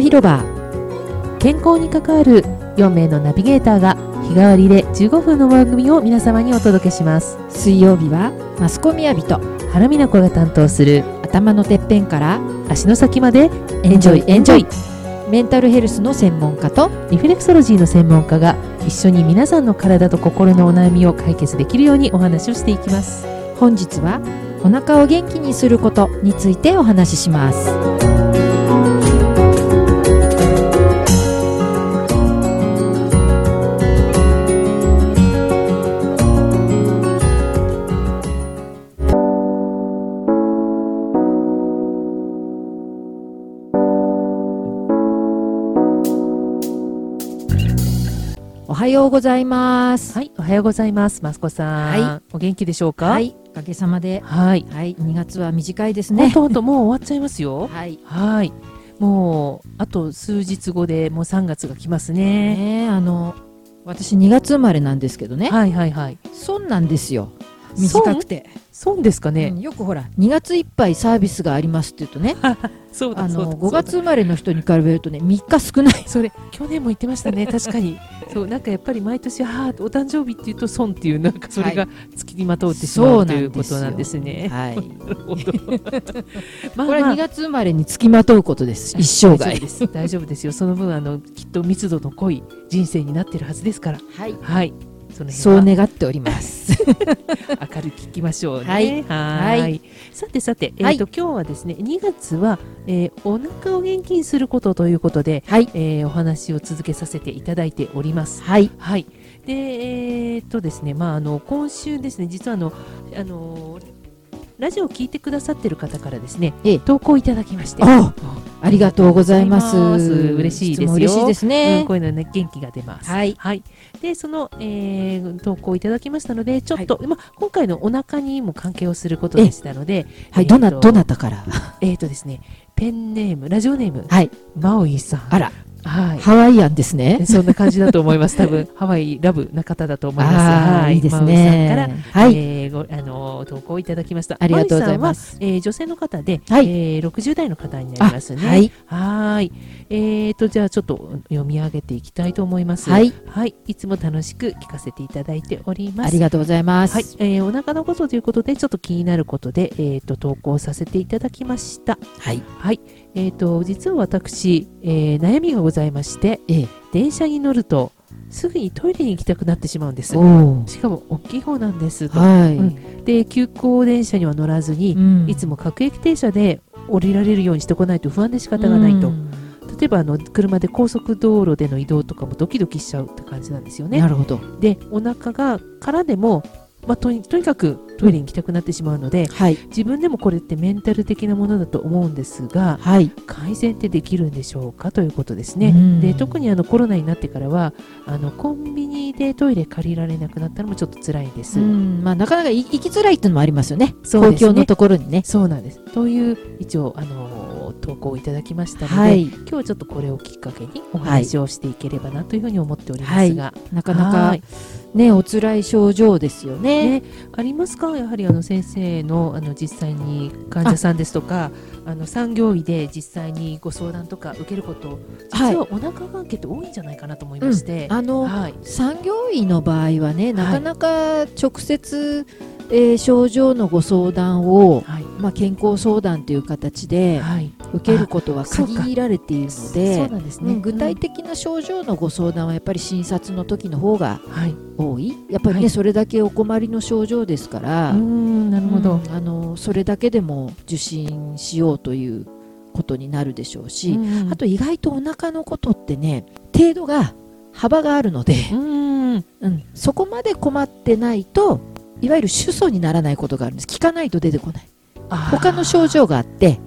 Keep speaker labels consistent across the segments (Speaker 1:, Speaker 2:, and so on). Speaker 1: 広場健康に関わる4名のナビゲーターが日替わりで15分の番組を皆様にお届けします
Speaker 2: 水曜日はマスコミやびと
Speaker 1: 原美奈子が担当する
Speaker 2: 頭のてっぺんから
Speaker 1: 足の先まで
Speaker 2: エンジョイエンジョイメンタルヘルスの専門家と
Speaker 1: リフレクソロジーの専門家が一緒に皆さんの体と心のお悩みを解決できるようにお話をしていきます
Speaker 2: 本日はお腹を元気にすることについてお話ししますおはようございます
Speaker 1: はいおはようございますマスコさん、
Speaker 2: は
Speaker 1: お元気でしょうか
Speaker 2: はいおかげさまで
Speaker 1: はい
Speaker 2: はい2月は短いです
Speaker 1: ほん
Speaker 2: ね
Speaker 1: とほんともう終わっちゃいますよ
Speaker 2: はい
Speaker 1: はいもうあと数日後でもう3月が来ますね
Speaker 2: ねえあの私2月生まれなんですけどね
Speaker 1: はいはいはい
Speaker 2: 損なんですよ短くて、
Speaker 1: 損ですか
Speaker 2: う
Speaker 1: ね、
Speaker 2: んよくほら2月いっぱいサービスがありますって言うとね
Speaker 1: そうだ
Speaker 2: あ
Speaker 1: そうだ
Speaker 2: の
Speaker 1: そ
Speaker 2: 5
Speaker 1: うだ
Speaker 2: 月生まれの人に比べるとね3日少ない
Speaker 1: それ去年も言ってま したね確かにそうなんかやっぱり毎年はあお誕生日っていうと損っていうなんかそれが付きまとうってしまう、
Speaker 2: そう
Speaker 1: と
Speaker 2: なん
Speaker 1: い
Speaker 2: ですよ
Speaker 1: うことなんですね。
Speaker 2: はい
Speaker 1: なるほど まあ
Speaker 2: これ
Speaker 1: ま
Speaker 2: は
Speaker 1: あ
Speaker 2: 2月生まれにつきまとうことです一生涯
Speaker 1: 大丈夫です大丈夫ですよその分あのきっと密度の濃い人生になってるはずですから
Speaker 2: はい
Speaker 1: はいその
Speaker 2: そう
Speaker 1: 辺は
Speaker 2: 願っております
Speaker 1: 明るく聞きましょうね
Speaker 2: はい
Speaker 1: はい
Speaker 2: はい
Speaker 1: さてさて、え
Speaker 2: は
Speaker 1: ー
Speaker 2: い
Speaker 1: と今日はですね2月は、えーお腹を元気にすることということで、
Speaker 2: はい
Speaker 1: えーお話を続けさせていただいております
Speaker 2: はい
Speaker 1: はい。で、えーっとですね、まあ、あの、今週ですね、実はあの、あのーラジオを聞いてくださってる方からですね、
Speaker 2: ええ
Speaker 1: 投稿いただきまして、
Speaker 2: あありがとうございます
Speaker 1: ありがとうございます嬉しいですよ
Speaker 2: つも嬉しいです
Speaker 1: う
Speaker 2: ね
Speaker 1: ん、こういうのはね、元気が出ます。
Speaker 2: はい
Speaker 1: で、その、えー投稿いただきましたので、ちょっと、まあ、今回のお腹にも関係をすることでしたので、
Speaker 2: は
Speaker 1: えー
Speaker 2: い
Speaker 1: と
Speaker 2: どなどなたから
Speaker 1: えーっとですね、ペンネーム、ラジオネーム、
Speaker 2: はい
Speaker 1: マオイさん。
Speaker 2: あら
Speaker 1: はい。
Speaker 2: ハワイアンですね
Speaker 1: そんな感じだと思います。多分、ハワイラブ中田だと思います。
Speaker 2: ああいいです
Speaker 1: マウイさんから
Speaker 2: ねはい
Speaker 1: えーごあのー投稿いただきました。
Speaker 2: ありがとうございます
Speaker 1: マリさんはえー女性の方で、
Speaker 2: はい
Speaker 1: えー60代の方になり
Speaker 2: あ
Speaker 1: ますね。
Speaker 2: は。い
Speaker 1: はーいえーと、じゃあちょっと読み上げていきたいと思います。
Speaker 2: はい。
Speaker 1: い。いつも楽しく聞かせていただいておりま
Speaker 2: あ
Speaker 1: す
Speaker 2: り。がとうございます
Speaker 1: はい、えーお腹のことということで、ちょっと気になることで、えーと、投稿させていただきました。
Speaker 2: はい
Speaker 1: はい。えーと、実は私、えー悩みがございまして、
Speaker 2: ええ
Speaker 1: 電車に乗ると、すぐにトイレに行きたくなってしまうんです
Speaker 2: お。お
Speaker 1: しかも、大きい方なんですと。
Speaker 2: はい、
Speaker 1: うんで、急行電車には乗らずに、いつ
Speaker 2: も
Speaker 1: も各駅停車で降りられるようにしてこないと不安で仕方がないと。例えば、あの、車で高速道路での移動とかもドキドキしちゃうって感じなんですよね
Speaker 2: な。るほど
Speaker 1: でお腹がからでも、まあ、とにとにかくトイレに行きたくなってしまうので、
Speaker 2: はい
Speaker 1: 自分でもこれってメンタル的なものだと思うんですが
Speaker 2: はい
Speaker 1: 改善ってできるんでしょうかということですね。
Speaker 2: うん
Speaker 1: で特にあのコロナになってからはあのコンビニでトイレ借りられなくなったのもちょっと辛いんです。
Speaker 2: うんまあ、なかなかい行きづらいっていうのもありますよね
Speaker 1: そうですね
Speaker 2: 公共のところにね。
Speaker 1: そうなんですという一応、あの投稿をいただきましたので、
Speaker 2: はい、
Speaker 1: 今日はちょっとこれをきっかけにお話をしていければなというふうに思っておりま
Speaker 2: は
Speaker 1: す
Speaker 2: い
Speaker 1: が、
Speaker 2: なかな
Speaker 1: は
Speaker 2: か
Speaker 1: い、
Speaker 2: ね、お辛い症状ですよね。
Speaker 1: ね、ありますかやはりあの先生のあの実際に患者さんですとかあの産業医で実際にご相談とか受けること
Speaker 2: はい
Speaker 1: 実はお腹関係って多いんじゃないかなと思いまして、
Speaker 2: あの、
Speaker 1: はい
Speaker 2: 産業医の場合はね、なかなか直接、えー症状のご相談を、
Speaker 1: はい
Speaker 2: まあ、健康相談という形で
Speaker 1: はい
Speaker 2: 受けることは
Speaker 1: あそうか
Speaker 2: 限られているの
Speaker 1: そう
Speaker 2: で、
Speaker 1: なんです
Speaker 2: う
Speaker 1: ね、
Speaker 2: ん具体的な症状のご相談はやっぱり診察の時の方が
Speaker 1: うんはい
Speaker 2: 多いやっぱりね、
Speaker 1: はい
Speaker 2: それだけお困りの症状ですから、
Speaker 1: うーんなるほど、
Speaker 2: うんあのそれだけでも受診しようということになるでしょうし、あ
Speaker 1: あと
Speaker 2: と意外とお腹のことってね程度が幅があるので、
Speaker 1: うん
Speaker 2: うんそこまで困ってないといわゆる主訴にならないことがあるんです聞かないと出てこない他の症状があって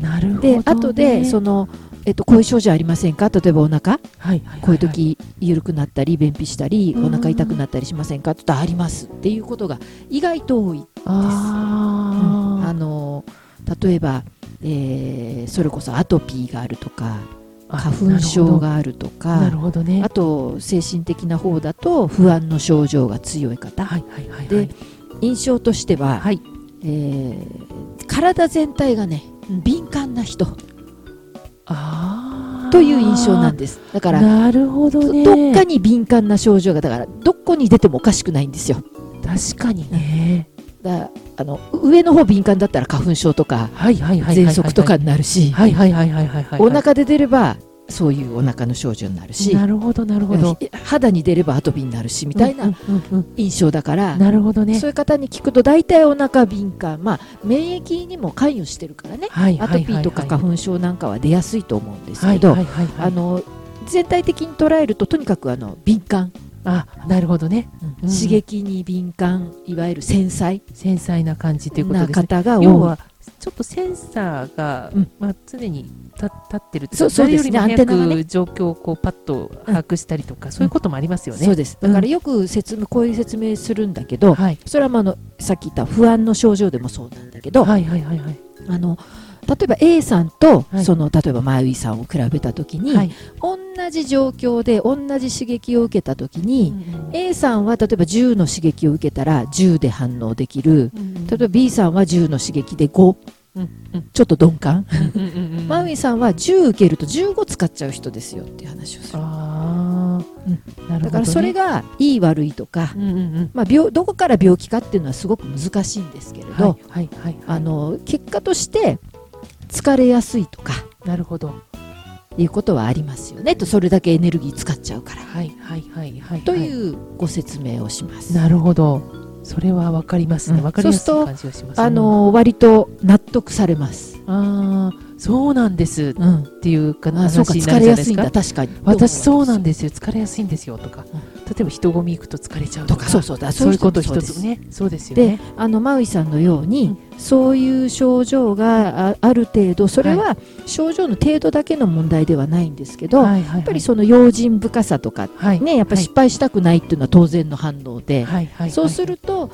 Speaker 1: なるほど、
Speaker 2: で
Speaker 1: ね、
Speaker 2: 後でその、えっと、こういう症状ありませんか例えばお腹
Speaker 1: はいはいはい
Speaker 2: こういう時緩くなったり便秘したり
Speaker 1: うん
Speaker 2: お腹痛くなったりしませんかちょっとありますっていうことが意外と多いあ
Speaker 1: あ
Speaker 2: の例えば、えーそれこそアトピーがあるとか
Speaker 1: あ
Speaker 2: 花粉症があると
Speaker 1: なる
Speaker 2: か
Speaker 1: ほどね
Speaker 2: あと精神的な方だと不安の症状が強い方、
Speaker 1: はいはいはいはい
Speaker 2: で印象としては、
Speaker 1: はい
Speaker 2: えー体全体がね敏感な人
Speaker 1: あ
Speaker 2: という印象なんですだから
Speaker 1: なるほどね
Speaker 2: どっかに敏感な症状がだからどこに出てもおかしくないんですよ
Speaker 1: 確かにね、
Speaker 2: だあの上の方敏感だったら花粉症とか
Speaker 1: はいはいはいはいは
Speaker 2: 喘
Speaker 1: い
Speaker 2: 息とかになるし
Speaker 1: はいはいはいはいはいはい
Speaker 2: お腹で出ればそういうお腹の症状になるし
Speaker 1: なるほどなるほど
Speaker 2: うん肌に出ればアトピーになるしみたい
Speaker 1: うん
Speaker 2: な
Speaker 1: うんうん
Speaker 2: 印象だから、
Speaker 1: なるほどね
Speaker 2: そういう方に聞くと大体お腹敏感まあ免疫にも関与してるからね
Speaker 1: はい
Speaker 2: ア
Speaker 1: は
Speaker 2: ト
Speaker 1: い
Speaker 2: ピーとか花粉症なんかは出やすいと思うんです
Speaker 1: は
Speaker 2: け
Speaker 1: い
Speaker 2: ど、
Speaker 1: はいはいはい
Speaker 2: あの全体的に捉えるととにかくあの敏感、
Speaker 1: あなるほどね、うん
Speaker 2: 刺激に敏感いわゆる繊細
Speaker 1: 繊細な感じということ
Speaker 2: な
Speaker 1: ですね
Speaker 2: 方が多い
Speaker 1: 要はちょっとセンサーが、
Speaker 2: うん
Speaker 1: まあ、常に立立ってるとい
Speaker 2: そうそうですね
Speaker 1: 誰よりも
Speaker 2: アンテナ
Speaker 1: 早
Speaker 2: が
Speaker 1: く状況をこうパッと把握したりとか、そういうこともありますよね。
Speaker 2: そうですだからよく説明こういう説明するんだけど、
Speaker 1: はい、
Speaker 2: それはまああのさっき言った不安の症状でもそうなんだけど、
Speaker 1: はいはいはいはい
Speaker 2: あの例えば A さんと、
Speaker 1: はい
Speaker 2: その例えばマウイさんを比べた時に、
Speaker 1: はい
Speaker 2: 同じ状況で同じ刺激を受けた時に、
Speaker 1: え
Speaker 2: A さんは例えば10の刺激を受けたら10で反応できる例えば B さんは10の刺激で5、
Speaker 1: うんうん
Speaker 2: ちょっと鈍感、マウ
Speaker 1: イ
Speaker 2: イさんは10受けると15使っちゃう人ですよっていう話をする
Speaker 1: あーなるほどね、
Speaker 2: だからそれがいい悪いとか、
Speaker 1: うんうんうん
Speaker 2: まあ、病どこから病気かっていうのはすごく難しいんですけれど、
Speaker 1: はいはいはい
Speaker 2: あの結果として疲れやすいとか
Speaker 1: なるほど
Speaker 2: いうことはありますよねとそれだけエネルギー使っちゃうから
Speaker 1: はいはいはいはい
Speaker 2: と
Speaker 1: は
Speaker 2: いうご説明をします。
Speaker 1: いなるほどそれはわかりますね
Speaker 2: うん
Speaker 1: わかりやすい
Speaker 2: そう
Speaker 1: 感じがしますね
Speaker 2: あの割と納得されます。
Speaker 1: あーそうなんです
Speaker 2: うん、
Speaker 1: っていうか
Speaker 2: あそうか
Speaker 1: 話に
Speaker 2: 疲
Speaker 1: なるじ
Speaker 2: れ
Speaker 1: ゃない
Speaker 2: や
Speaker 1: です
Speaker 2: い
Speaker 1: す
Speaker 2: ん
Speaker 1: か
Speaker 2: だ確かに。
Speaker 1: 私そうなん
Speaker 2: で
Speaker 1: ですよ疲れやすいんですよとか、
Speaker 2: うん
Speaker 1: 例えば人混み行くと疲れちゃう
Speaker 2: と
Speaker 1: と
Speaker 2: か
Speaker 1: か
Speaker 2: そうそうだ
Speaker 1: そういうこと
Speaker 2: 人も
Speaker 1: 一
Speaker 2: そうで
Speaker 1: つ
Speaker 2: す
Speaker 1: ねそうですよ
Speaker 2: で
Speaker 1: ね
Speaker 2: あのマウイさんのように、そういう症状があある程度それは症状の程度だけの問題ではないんですけど、
Speaker 1: はいはいはい
Speaker 2: やっぱりその用心深さとか、
Speaker 1: はい
Speaker 2: ね、やっぱ失敗したくないっていうのは当然の反応で、
Speaker 1: はいはい
Speaker 2: そうすると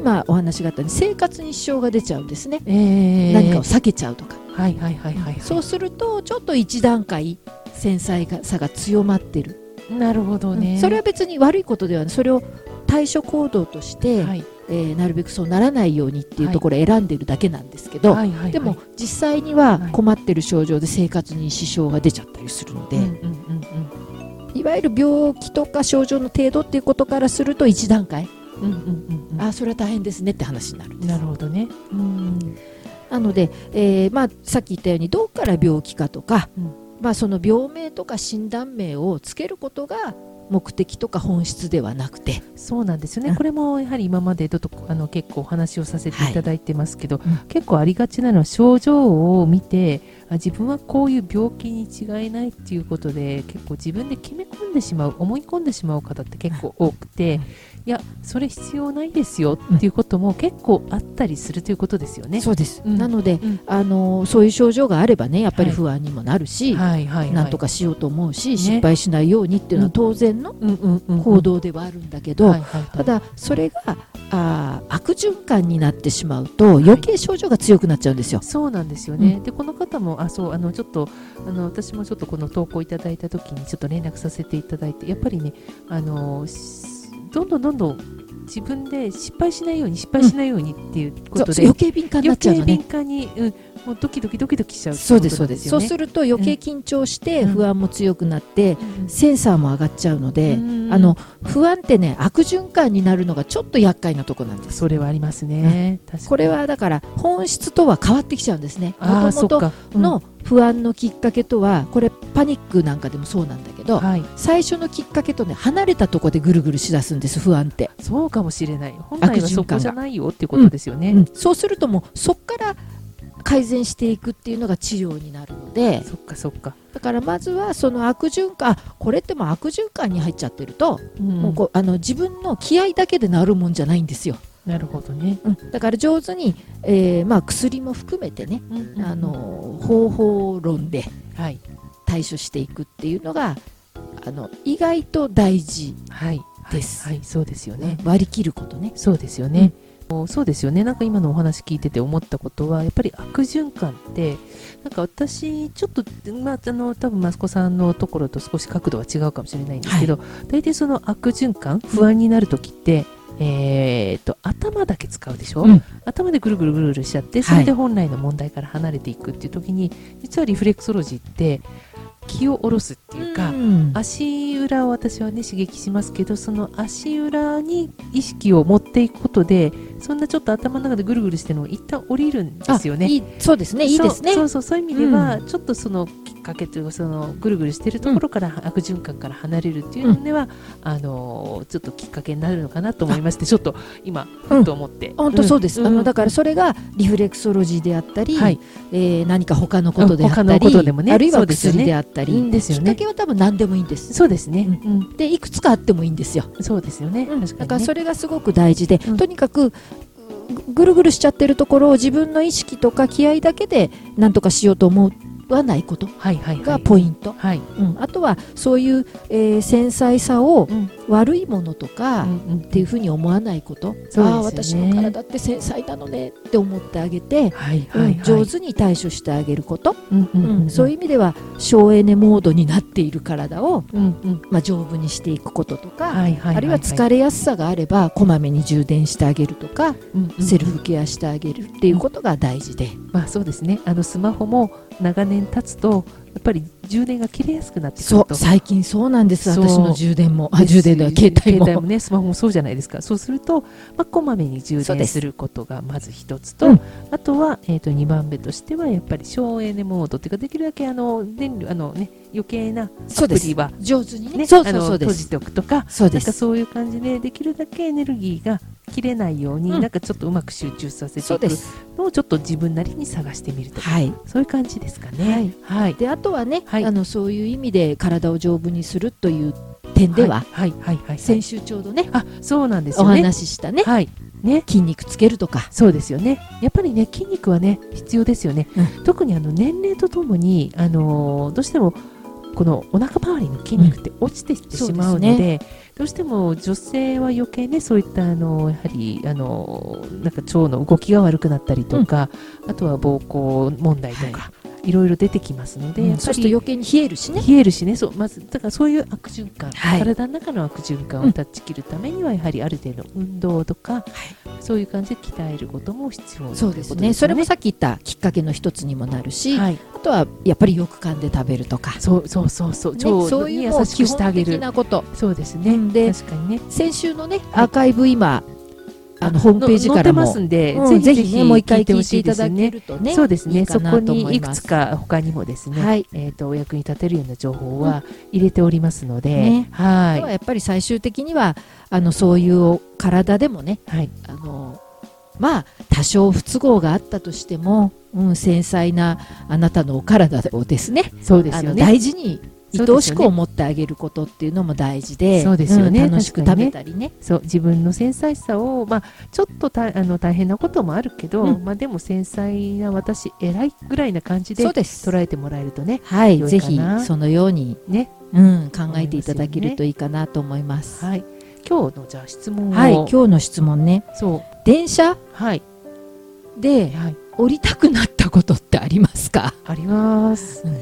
Speaker 2: 今お話があったように生活に支障が出ちゃうんですね、
Speaker 1: えー
Speaker 2: 何かを避けちゃうとか、
Speaker 1: はいはいはいはいはい
Speaker 2: そうするとちょっと一段階繊細さが強まってる、
Speaker 1: なるほどね、
Speaker 2: それは別に悪いことではないそれを対処行動として、
Speaker 1: はい
Speaker 2: えーなるべくそうならないようにっていう
Speaker 1: はい
Speaker 2: ところを選んでるだけなんですけど、
Speaker 1: はいはいはい
Speaker 2: でも実際には
Speaker 1: はい
Speaker 2: 困ってる症状で生活に支障が出ちゃったりするので、
Speaker 1: うんうんうん
Speaker 2: いわゆる病気とか症状の程度っていうことからすると一段階、
Speaker 1: うんうんうんうんうん
Speaker 2: ああそれは大変ですねって話になるんです
Speaker 1: なるほどねうん
Speaker 2: なので、えーまあ、さっき言ったようにどこから病気かとか、
Speaker 1: うん
Speaker 2: まあ、その病名とか診断名をつけることが目的とか本質ではなくて、
Speaker 1: そうなんですよ
Speaker 2: うん
Speaker 1: ねこれもやはり今までどとあの結構お話をさせていただいてますけど、
Speaker 2: いうん
Speaker 1: 結構ありがちなのは症状を見てあ自分はこういう病気に違いないっていうことで結構自分で決め込んでしまう思い込んでしまう方って結構多くて、
Speaker 2: うん
Speaker 1: いやそれ必要ないですよっていうことも結構あったりするということですよね。
Speaker 2: そうです、
Speaker 1: うん
Speaker 2: なので、
Speaker 1: うん
Speaker 2: あのーそういう症状があればねやっぱり
Speaker 1: はい
Speaker 2: 不安にもなるし、
Speaker 1: はいはいはい、
Speaker 2: なんと
Speaker 1: か
Speaker 2: かしようと思うし、
Speaker 1: ね
Speaker 2: 失敗しないようにっていうのは当然の行動ではあるんだけど、ただそれがあー悪循環になってしまうと余計症状が強くなっちゃうんですよ。
Speaker 1: そうなんですよね、
Speaker 2: う
Speaker 1: でこの方もあそうあのちょっとあの私もちょっとこの投稿いただいた時にちょっと連絡させていただいてやっぱりねあのしどんどんどんどん自分で失敗しないように失敗しないようにっていうこ
Speaker 2: そ
Speaker 1: と
Speaker 2: う
Speaker 1: で、
Speaker 2: 余計敏感になっ
Speaker 1: 余
Speaker 2: ちゃう
Speaker 1: 計
Speaker 2: のね
Speaker 1: 敏。感に、うん、もうドキドキドキドキしちゃうって
Speaker 2: そう
Speaker 1: こと
Speaker 2: ですそ
Speaker 1: な
Speaker 2: うん
Speaker 1: で
Speaker 2: です。そ
Speaker 1: すよ
Speaker 2: う
Speaker 1: ね。
Speaker 2: すると余計緊張して
Speaker 1: うん
Speaker 2: 不安も強くなって、センサーも上がっちゃうので、
Speaker 1: うん
Speaker 2: あの不安ってね悪循環になるのがちょっと厄介なとこなんです。
Speaker 1: それはありますね。確かに
Speaker 2: これはだから本質とは変わってきちゃうんですね。
Speaker 1: あ
Speaker 2: も
Speaker 1: ー
Speaker 2: と
Speaker 1: そ
Speaker 2: も
Speaker 1: っ
Speaker 2: と
Speaker 1: かうん
Speaker 2: の不安のきっかけとはこれパニックなんかでもそうなんだけど、
Speaker 1: はい
Speaker 2: 最初のきっかけとね離れたとこでぐるぐるしだすんです不安って、
Speaker 1: そうかもしれない本来はそこじゃないよっていうこ
Speaker 2: うん
Speaker 1: とですよね。
Speaker 2: そうするともうそっから改善していくっていうのが治療になるので
Speaker 1: そっかそっか。
Speaker 2: だからまずはその悪循環あこれってもう悪循環に入っちゃってると、もうこうあの自分の気合だけで治るもんじゃないんですよ、
Speaker 1: なるほどね。
Speaker 2: だから上手に、えーまあ、薬も含めてね、あの方法論で
Speaker 1: はい
Speaker 2: 対処していくっていうのがあの意外と大事、
Speaker 1: はい
Speaker 2: です
Speaker 1: はい、はいそうですよね。
Speaker 2: 割り切ることね。
Speaker 1: そうですよね。もうそうですよね。なんか今のお話聞いてて思ったことは、やっぱり悪循環って、なんか私、ちょっと、まあ、あの、多分マスコさんのところと少し角度は違うかもしれないんですけど、大体その悪循環、不安になるときって、えーっと、頭だけ使うでしょ、
Speaker 2: うん
Speaker 1: 頭でぐるぐるぐるぐるしちゃっ
Speaker 2: は
Speaker 1: て、
Speaker 2: い
Speaker 1: それで本来の問題から離れていくっていうときに、実はリフレクソロジーって、気を下ろすっていうか、うん、足裏を私はね刺激しますけどその足裏に意識を持っていくことでそんなちょっと頭の中でぐるぐるしてるのを一旦降りるんですよね。
Speaker 2: いいそうですねいいですね
Speaker 1: そうそうそういう意味では、うん、ちょっとそのきっかけというかそのぐるぐるしてるところから、うん、悪循環から離れるっていうのでは、あのちょっときっかけになるのかなと思いましてちょっと今ふっと思って、
Speaker 2: 本当そうです、あのだからそれがリフレクソロジーであったり、はい、えー、何か他のことであったり、ね、あるいは薬であったり、ね、きっかけは多分何でもいいんです。、
Speaker 1: そうですね、うん
Speaker 2: でいくつかあってもいいんですよ。
Speaker 1: そうですよね,、うん、
Speaker 2: だからそれがすごく大事で、とにかくぐるぐるしちゃってるところを自分の意識とか気合だけで何とかしようと思わないことがポイント、はい、はいうん、あとはそういう、えー、繊細さを悪いものとかっていうふうに思わないこと、うんうん、ああ、ね、私の体って繊細なのねって思ってあげて、はいはい、うん、上手に対処してあげること、うんうんうんうん、そういう意味では省エネモードになっている体を、うんうんまあ、丈夫にしていくこととか、はいはい、あるいは疲れやすさがあればこまめに充電してあげるとか、うんうん、セルフケアしてあげるっていうことが大事で。
Speaker 1: まあ、そうですねあのスマホも長年経つとやっぱり充電が切れやすくなってくると
Speaker 2: 最近そうなんです私の充電もあ充電だ携帯も
Speaker 1: 携帯もねスマホもそうじゃないですかそうすると、まあ、こまめに充電することがまず一つと、うん、あとは、えーと、と2番目としてはやっぱり省エネモードっていうかできるだけあの電力あのね余計なアプリは、ね、
Speaker 2: 上手にね
Speaker 1: そうそうそう閉じておくとかそうなんかそういう感じでできるだけエネルギーが切れないように、うん、なんかちょっとうまく集中させていくのをちょっと自分なりに探してみるとか、はい、そういう感じですかね。
Speaker 2: はい、はい、であとはね、はい、あのそういう意味で体を丈夫にするという点では、はいはいはい先週ちょうどね
Speaker 1: あそうなんです、ね、
Speaker 2: お話ししたね,、はい、ね筋肉つけるとか
Speaker 1: そうですよねやっぱりね筋肉はね必要ですよね、うん、特にあの年齢とともに、あのー、どうしてもこのお腹周りの筋肉って落ちてきてしまうので,うんうでね、どうしても女性は余計ねそういったあのやはりあのなんか腸の動きが悪くなったりとか、うん、あとは膀胱問題とか。はいいろいろ出てきますので、
Speaker 2: うん、そうすると余計に冷えるしね
Speaker 1: 冷えるしねそうまずだからそういう悪循環、はい、体の中の悪循環を断ち切るためにはやはりある程度運動とか、はい、そういう感じで鍛えることも必要、ね、
Speaker 2: そうですねそれもさっき言ったきっかけの一つにもなるし、はい、あとはやっぱりよく噛んで食べるとか
Speaker 1: そうそうそうそう、ね、
Speaker 2: そういう優しくしてあげる
Speaker 1: そうですね、うん、
Speaker 2: で
Speaker 1: 確かにね
Speaker 2: 先週のねアーカイブ今、あのホームページからも
Speaker 1: ますんで、
Speaker 2: うん、ぜひねもう一回聞いていただけるとね、
Speaker 1: そうですね。いいそこにいくつか他にもですね、はい、えっ、ー、とお役に立てるような情報は入れておりますので、うんね、
Speaker 2: はい。はやっぱり最終的にはあのそういう体でもね、はい、あのまあ多少不都合があったとしても、うん、繊細なあなたのお体をですね、
Speaker 1: そうですよね。
Speaker 2: 大事に愛おしく思ってあげることっていうのも大事で、
Speaker 1: そうですよね、
Speaker 2: うん、楽しく食べたりね、ね、
Speaker 1: そう自分の繊細さを、まあ、ちょっとたあの大変なこともあるけど、うん、まあ、でも繊細な私偉いぐらいな感じで捉えてもらえるとね
Speaker 2: はい、ぜひそのように、ねうん、考えていただけるといいかなと思います。
Speaker 1: いますね、はい、今日のじゃあ質問
Speaker 2: はい、今日の質問ね
Speaker 1: そう
Speaker 2: 電車、
Speaker 1: はい、
Speaker 2: で、はい、降りたくなったことってありますか
Speaker 1: あります。うん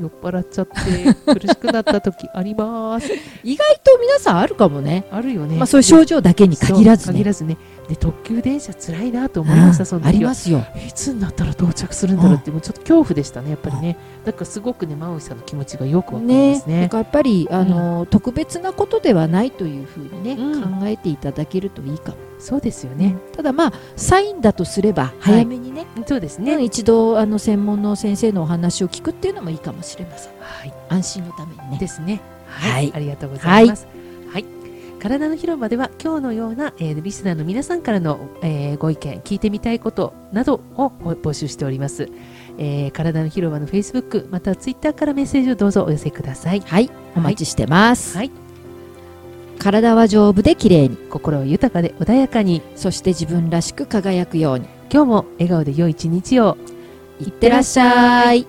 Speaker 1: 酔っ払っちゃって苦しくなった時 あります
Speaker 2: 意外と皆さんあるかもね
Speaker 1: あるよね、
Speaker 2: まあ、そういう症状だけに限らず、
Speaker 1: ね、限らずねで特急電車つらいなと思いました、その
Speaker 2: ありますよ
Speaker 1: いつになったら到着するんだろうってもうちょっと恐怖でしたねやっぱりねだからすごくね真央さんの気持ちがよくわかりますね
Speaker 2: ねやっぱりあの、うん、特別なことではないというふうにね、うん、考えていただけるといいかも
Speaker 1: そうですよね、
Speaker 2: ただまあサインだとすれば早めにね、、
Speaker 1: はい、そうですね、うん
Speaker 2: 一度あの専門の先生のお話を聞くっていうのもいいかもしれません、はい、安心のためにね
Speaker 1: ですね、はい、はい、ありがとうございます、はい体の広場では今日のような、えー、リスナーの皆さんからの、えー、ご意見聞いてみたいことなどを募集しております、えー、体の広場の Facebook また Twitter からメッセージをどうぞお寄せください
Speaker 2: はいお待ちしてます、はい、体は丈夫で綺麗に
Speaker 1: 心豊かで穏やかに
Speaker 2: そして自分らしく輝くように
Speaker 1: 今日も笑顔で良い一日を
Speaker 2: いってらっしゃい